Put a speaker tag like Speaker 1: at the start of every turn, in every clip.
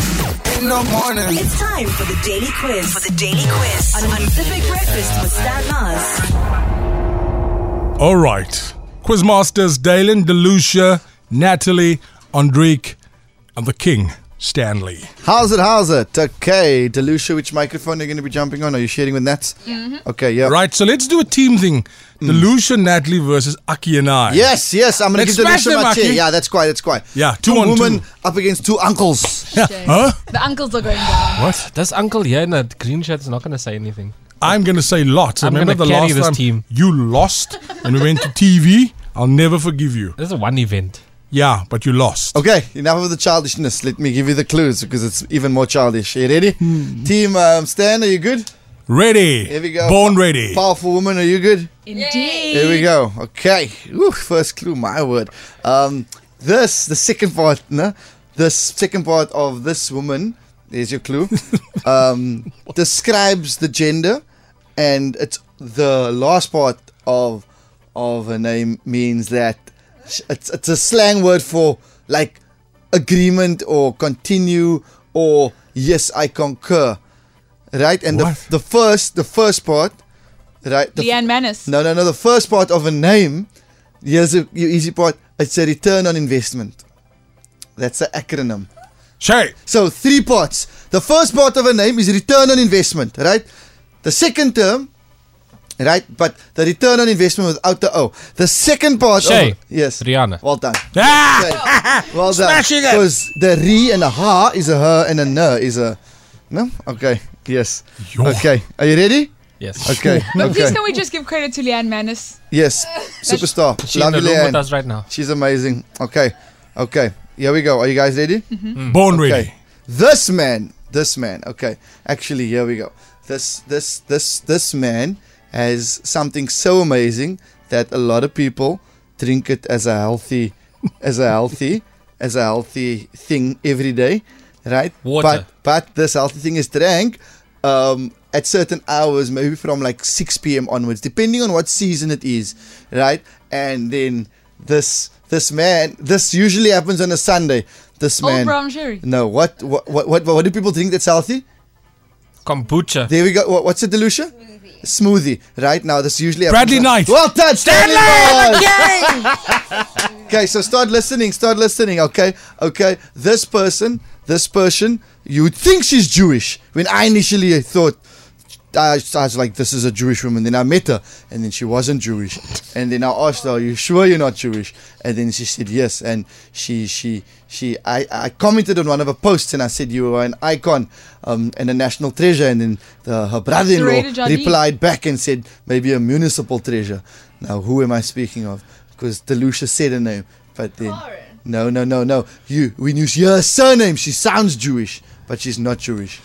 Speaker 1: in the morning.
Speaker 2: It's time for the daily quiz. For the daily quiz on, on Pacific Breakfast with Stan Mars.
Speaker 3: All right. Quizmasters Dalen, Delucia, Natalie, Andrique, and the King, Stanley.
Speaker 4: How's it? How's it? Okay, Delucia, which microphone are you going to be jumping on? Are you sharing with Nats? Okay, yeah.
Speaker 3: Right, so let's do a team thing. Delucia, Natalie versus Aki and I.
Speaker 4: Hmm. Yes, yes. I'm going to
Speaker 3: Let's
Speaker 4: give
Speaker 3: smash
Speaker 4: Delucia
Speaker 3: them,
Speaker 4: my chair.
Speaker 3: Aki.
Speaker 4: Yeah, that's quite. That's quite.
Speaker 3: Yeah,
Speaker 4: two,
Speaker 3: two on
Speaker 4: women
Speaker 3: two.
Speaker 4: up against two uncles.
Speaker 3: Yeah.
Speaker 5: Shame.
Speaker 3: Huh?
Speaker 5: The uncles are going down.
Speaker 3: What?
Speaker 6: This uncle here in that green shirt is not going to say anything.
Speaker 3: I'm going to say lots.
Speaker 6: I'm
Speaker 3: Remember the
Speaker 6: gonna
Speaker 3: last
Speaker 6: carry this
Speaker 3: time
Speaker 6: team.
Speaker 3: you lost and we went to TV? I'll never forgive you.
Speaker 6: This is one event.
Speaker 3: Yeah, but you lost.
Speaker 4: Okay, enough of the childishness. Let me give you the clues because it's even more childish. You ready?
Speaker 3: Hmm.
Speaker 4: Team um, Stan, are you good?
Speaker 3: Ready.
Speaker 4: Here we go.
Speaker 3: Born ready.
Speaker 4: Powerful woman, are you good?
Speaker 5: Indeed.
Speaker 4: Here we go. Okay. Ooh, first clue, my word. Um, this, the second part, no? The second part of this woman, there's your clue, um, describes the gender, and it's the last part of of her name means that sh- it's, it's a slang word for like agreement or continue or yes, I concur. Right? And the,
Speaker 3: What?
Speaker 4: the first the first part, right? The
Speaker 5: Leanne Manis.
Speaker 4: no, no, no. The first part of a name, here's the easy part. It's a return on investment. That's the acronym.
Speaker 3: Shay.
Speaker 4: So three parts. The first part of a name is return on investment, right? The second term, right? But the return on investment without the O. The second part.
Speaker 6: Shay.
Speaker 4: Of, yes.
Speaker 6: Rihanna.
Speaker 4: Well done.
Speaker 3: Ah!
Speaker 4: Okay. Well done.
Speaker 3: Smashing it.
Speaker 4: Because the re and a ha is a her and a n is a. No? Okay. Yes.
Speaker 3: Yo.
Speaker 4: Okay. Are you ready?
Speaker 6: Yes.
Speaker 4: Okay.
Speaker 5: But please
Speaker 4: Okay.
Speaker 5: can we just give credit to Leanne Manis?
Speaker 4: Yes. Superstar.
Speaker 6: She's in the
Speaker 4: Lovely
Speaker 6: room
Speaker 4: Leanne.
Speaker 6: with us right now.
Speaker 4: She's amazing. Okay. Okay. Here we go. Are you guys ready?
Speaker 3: Born ready.
Speaker 4: Okay. This man. This man. Okay. Actually, here we go. This this this this man has something so amazing that a lot of people drink it as a healthy as a healthy as a healthy thing every day. Right?
Speaker 6: Water.
Speaker 4: But but this healthy thing is drank um, at certain hours, maybe from like 6 p.m. onwards, depending on what season it is, right? And then this this man, this usually happens on a Sunday. This
Speaker 5: Old
Speaker 4: man.
Speaker 5: brown sherry.
Speaker 4: No, what what, what what what do people think that's healthy?
Speaker 6: Kombucha.
Speaker 4: There we go. What, what's it, Delucia? Smoothie. Right now, this usually
Speaker 3: Bradley Knight.
Speaker 4: happens- Well done, Stanley. Okay, so start listening. Start listening. Okay, okay. This person, this person, you would think she's Jewish. When I initially thought, I, I was like, this is a Jewish woman. Then I met her, and then she wasn't Jewish. And then I asked her, "Are you sure you're not Jewish?" And then she said yes. And she, she, she. I, I commented on one of her posts, and I said, "You are an icon um, and a national treasure." And then the, her
Speaker 5: Serena
Speaker 4: brother-in-law
Speaker 5: Jardine.
Speaker 4: replied replied back and said, maybe a municipal treasure. Now, who am I speaking of? Because Delucia said her name, but then. No, no, no, no. You, when you hear her surname, she sounds Jewish, but she's not Jewish.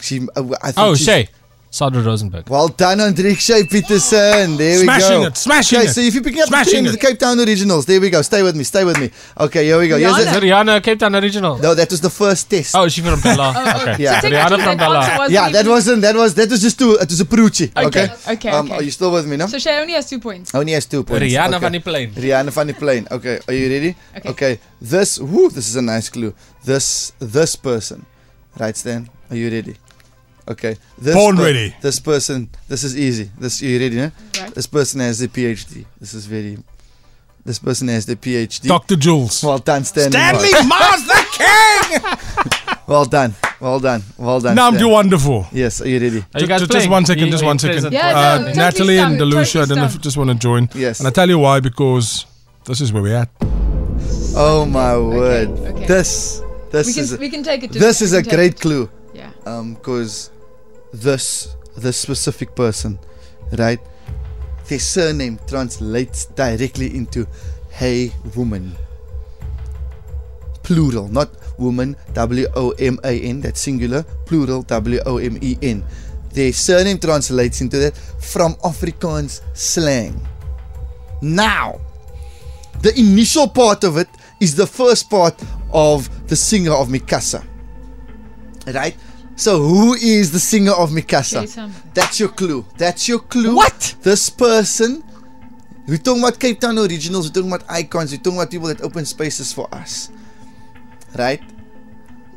Speaker 4: She, uh, I think
Speaker 6: Oh,
Speaker 4: she's-
Speaker 6: Shay. Sandra Rosenberg.
Speaker 4: well done, Andrik Shay Peterson. There we
Speaker 3: Smashing
Speaker 4: go.
Speaker 3: it, smashing
Speaker 4: okay,
Speaker 3: it,
Speaker 4: so if you're picking up the,
Speaker 3: smashing
Speaker 4: thing,
Speaker 3: it.
Speaker 4: the Cape Town originals, there we go. Stay with me, stay with me. Okay, here we go. Here's
Speaker 5: Rihanna.
Speaker 4: the-
Speaker 6: Is it Rihanna, Cape Town original?
Speaker 4: no, that was the first test.
Speaker 6: Oh, she from Bella. okay.
Speaker 4: Yeah.
Speaker 5: So
Speaker 6: Rihanna
Speaker 5: technically
Speaker 6: from
Speaker 5: that answer
Speaker 6: Bella.
Speaker 5: wasn't
Speaker 4: yeah, that
Speaker 5: even-
Speaker 4: wasn't. That was that was just too. It was a Perucci. Okay.
Speaker 5: Okay, okay,
Speaker 4: Um,
Speaker 5: okay.
Speaker 4: Are you still with me now?
Speaker 5: So Shay only has two points.
Speaker 4: Only has two points.
Speaker 6: Rihanna
Speaker 4: okay.
Speaker 6: Funny Plane.
Speaker 4: Rihanna funny plane. Okay, are you ready?
Speaker 5: Okay.
Speaker 4: This whoo, this is a nice clue. This this person. Right Stan, are you ready? Okay. This
Speaker 3: Born ready.
Speaker 4: This person this is easy. This you ready, huh?
Speaker 5: Right.
Speaker 4: This person has the PhD. This is very this person has the PhD.
Speaker 3: Dr. Jules.
Speaker 4: well done, Stan.
Speaker 3: Stanley Mars the King!
Speaker 4: Well done. Well done. Well done.
Speaker 3: Now I'm
Speaker 4: Stan.
Speaker 3: doing wonderful.
Speaker 4: Yes, are you ready?
Speaker 6: Are you
Speaker 3: Ju-
Speaker 6: guys
Speaker 3: ju-
Speaker 6: playing?
Speaker 3: just one second,
Speaker 6: You-
Speaker 3: just
Speaker 6: you
Speaker 3: one second.
Speaker 6: present?
Speaker 5: Yeah,
Speaker 3: uh,
Speaker 5: no, totally
Speaker 3: Natalie and
Speaker 5: stumped,
Speaker 3: Delucia, I don't know if
Speaker 5: totally
Speaker 3: you just want to join.
Speaker 4: Yes.
Speaker 3: And I tell you why, because this is where we're at.
Speaker 4: Oh my word.
Speaker 5: okay.
Speaker 4: This this
Speaker 5: We
Speaker 4: is
Speaker 5: can,
Speaker 4: a,
Speaker 5: we can take it. to-
Speaker 4: this is
Speaker 5: we
Speaker 4: a
Speaker 5: can take
Speaker 4: great
Speaker 5: it.
Speaker 4: clue.
Speaker 5: Yeah.
Speaker 4: um because this this specific person right their surname translates directly into hey woman plural not woman w o m a n that's singular plural w o m e n their surname translates into that from afrikaans slang now the initial part of it is the first part of the singer of mikasa Right? So who is the singer of
Speaker 5: Say
Speaker 4: Mikasa?
Speaker 5: something.
Speaker 4: That's your clue. That's your clue. What? This person. We're talking about Cape Town originals, we're talking about icons, we're talking about people that open spaces for us. Right?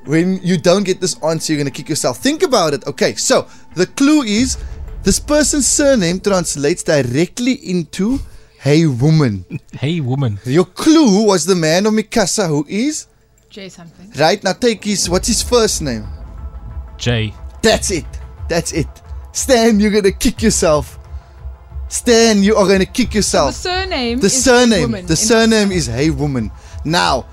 Speaker 4: when you don't get this answer, you're going to kick yourself. Think about it. Okay, so the clue is this person's surname translates directly into hey woman.
Speaker 6: Hey, woman.
Speaker 4: Your clue was the man of Mikasa who is.
Speaker 5: J something.
Speaker 4: Right, now take his. What's his first name?
Speaker 6: J.
Speaker 4: That's it. That's it. Stan, you're going to kick yourself. Stan, you are going to kick
Speaker 5: The
Speaker 4: yourself.
Speaker 5: surname.
Speaker 4: Oh. The
Speaker 5: is
Speaker 4: surname.
Speaker 5: Woman
Speaker 4: the
Speaker 5: in-
Speaker 4: surname is Hey Woman. Now,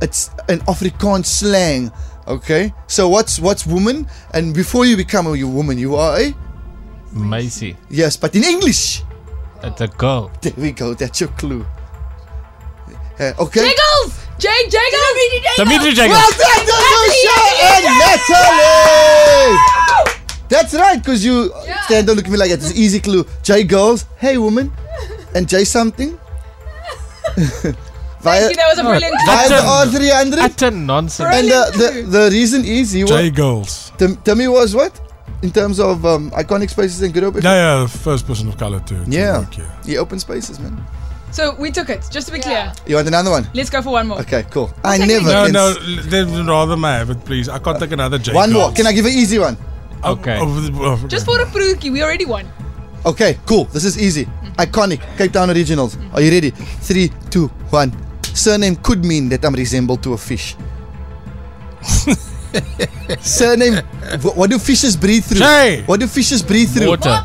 Speaker 4: it's an Afrikaans slang. Okay. So what's what's woman? And before you become a woman, you are a
Speaker 6: Macy.
Speaker 4: yes, but in English.
Speaker 6: That's a girl.
Speaker 4: There we go. That's your clue. Uh, okay.
Speaker 5: Jiggles! Jake Jiggles!
Speaker 6: Dimitri
Speaker 4: Well
Speaker 6: Jacobs.
Speaker 4: done, Natasha and Natalie. That's right, because you
Speaker 5: Yeah.
Speaker 4: Stan, don't look at me like that. It's an easy clue. J girls, hey woman, and J something. via
Speaker 5: Thank you, that was a brilliant
Speaker 6: That-
Speaker 5: clue.
Speaker 4: via the
Speaker 6: That's a-
Speaker 4: R300.
Speaker 6: Utter nonsense.
Speaker 4: And
Speaker 5: Brilliant
Speaker 4: the, the, the reason is he was
Speaker 3: J Girls.
Speaker 4: Tim, Timmy was what in terms of um, iconic spaces and good open.
Speaker 3: Yeah, yeah, the first person of color to, to
Speaker 4: yeah.
Speaker 3: work here.
Speaker 4: the open spaces, man.
Speaker 5: So we took it, just to be clear.
Speaker 4: You want another one?
Speaker 5: Let's go for one more.
Speaker 4: Okay, cool. I
Speaker 5: take
Speaker 4: never.
Speaker 5: it.
Speaker 3: No,
Speaker 4: can
Speaker 3: no,
Speaker 4: s-
Speaker 3: l- then rather may I have it, please. I can't take another J.
Speaker 4: One
Speaker 3: Girls.
Speaker 4: more. Can I give an easy one?
Speaker 3: Oh,
Speaker 6: Okay.
Speaker 3: oh, oh, okay.
Speaker 5: Just for a pruki, we already won.
Speaker 4: Okay, cool. This is easy.
Speaker 5: Mm-hmm.
Speaker 4: Iconic Cape Town originals. Are you ready? Three, two, one. Surname could mean that I'm resembled to a fish. Surname. wh- What do fishes breathe through?
Speaker 3: Jay.
Speaker 4: What do fishes breathe through?
Speaker 6: Water.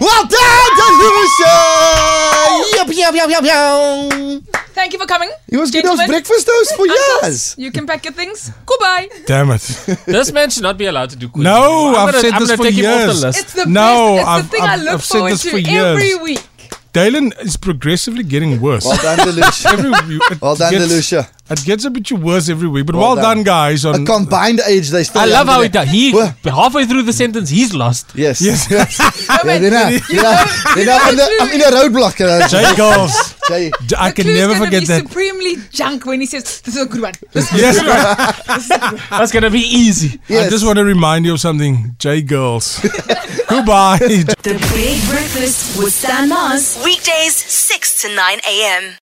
Speaker 4: Well done, Dasha! Yup, yup, yup, yup, yup.
Speaker 5: Thank you for coming.
Speaker 4: He was good those
Speaker 5: Gentlemen, Ah,
Speaker 4: breakfast those for
Speaker 5: uncles,
Speaker 4: years.
Speaker 5: You can pack your things. Goodbye.
Speaker 3: Damn it.
Speaker 6: This man should not be allowed to do quizzes.
Speaker 3: No,
Speaker 6: anymore.
Speaker 3: I've
Speaker 6: I'm gonna-
Speaker 3: said
Speaker 6: I'm
Speaker 3: this
Speaker 6: gonna
Speaker 3: for
Speaker 6: take Him off
Speaker 3: years.
Speaker 6: the list.
Speaker 5: It's the
Speaker 3: No,
Speaker 5: best. It's
Speaker 3: I've-
Speaker 5: the thing
Speaker 3: I've-
Speaker 5: I look
Speaker 3: I've said
Speaker 5: forward
Speaker 3: this
Speaker 5: to
Speaker 3: for
Speaker 5: every
Speaker 3: years.
Speaker 5: week.
Speaker 3: Dalen is progressively getting worse.
Speaker 4: Well done, Delucia.
Speaker 3: Every, it
Speaker 4: Well done,
Speaker 3: gets-
Speaker 4: Delucia.
Speaker 3: It gets a bit worse every week, but
Speaker 4: Well
Speaker 3: well,
Speaker 4: done.
Speaker 3: done. guys.
Speaker 4: A
Speaker 3: On,
Speaker 4: combined age, they still.
Speaker 6: I love how
Speaker 4: under
Speaker 6: he
Speaker 4: that.
Speaker 6: does. He
Speaker 4: Well-
Speaker 6: halfway through the sentence, he's lost.
Speaker 4: Yes. Yes. nou, yes. yeah,
Speaker 5: man,
Speaker 4: then I, then I, then I, am in a, I'm in a roadblock. Uh,
Speaker 3: J Girls.
Speaker 4: Jay.
Speaker 3: J- I
Speaker 5: The
Speaker 3: can
Speaker 5: clue's
Speaker 3: never
Speaker 5: gonna
Speaker 3: forget
Speaker 5: be
Speaker 3: that.
Speaker 5: supremely junk when he says, This is a good one. This is
Speaker 3: Yes,
Speaker 6: That's gonna be easy.
Speaker 4: Yes.
Speaker 3: I just want to remind you of something. J Girls. Goodbye.
Speaker 2: The Big Breakfast with Stan Mars. Weekdays, 6 to 9 a.m.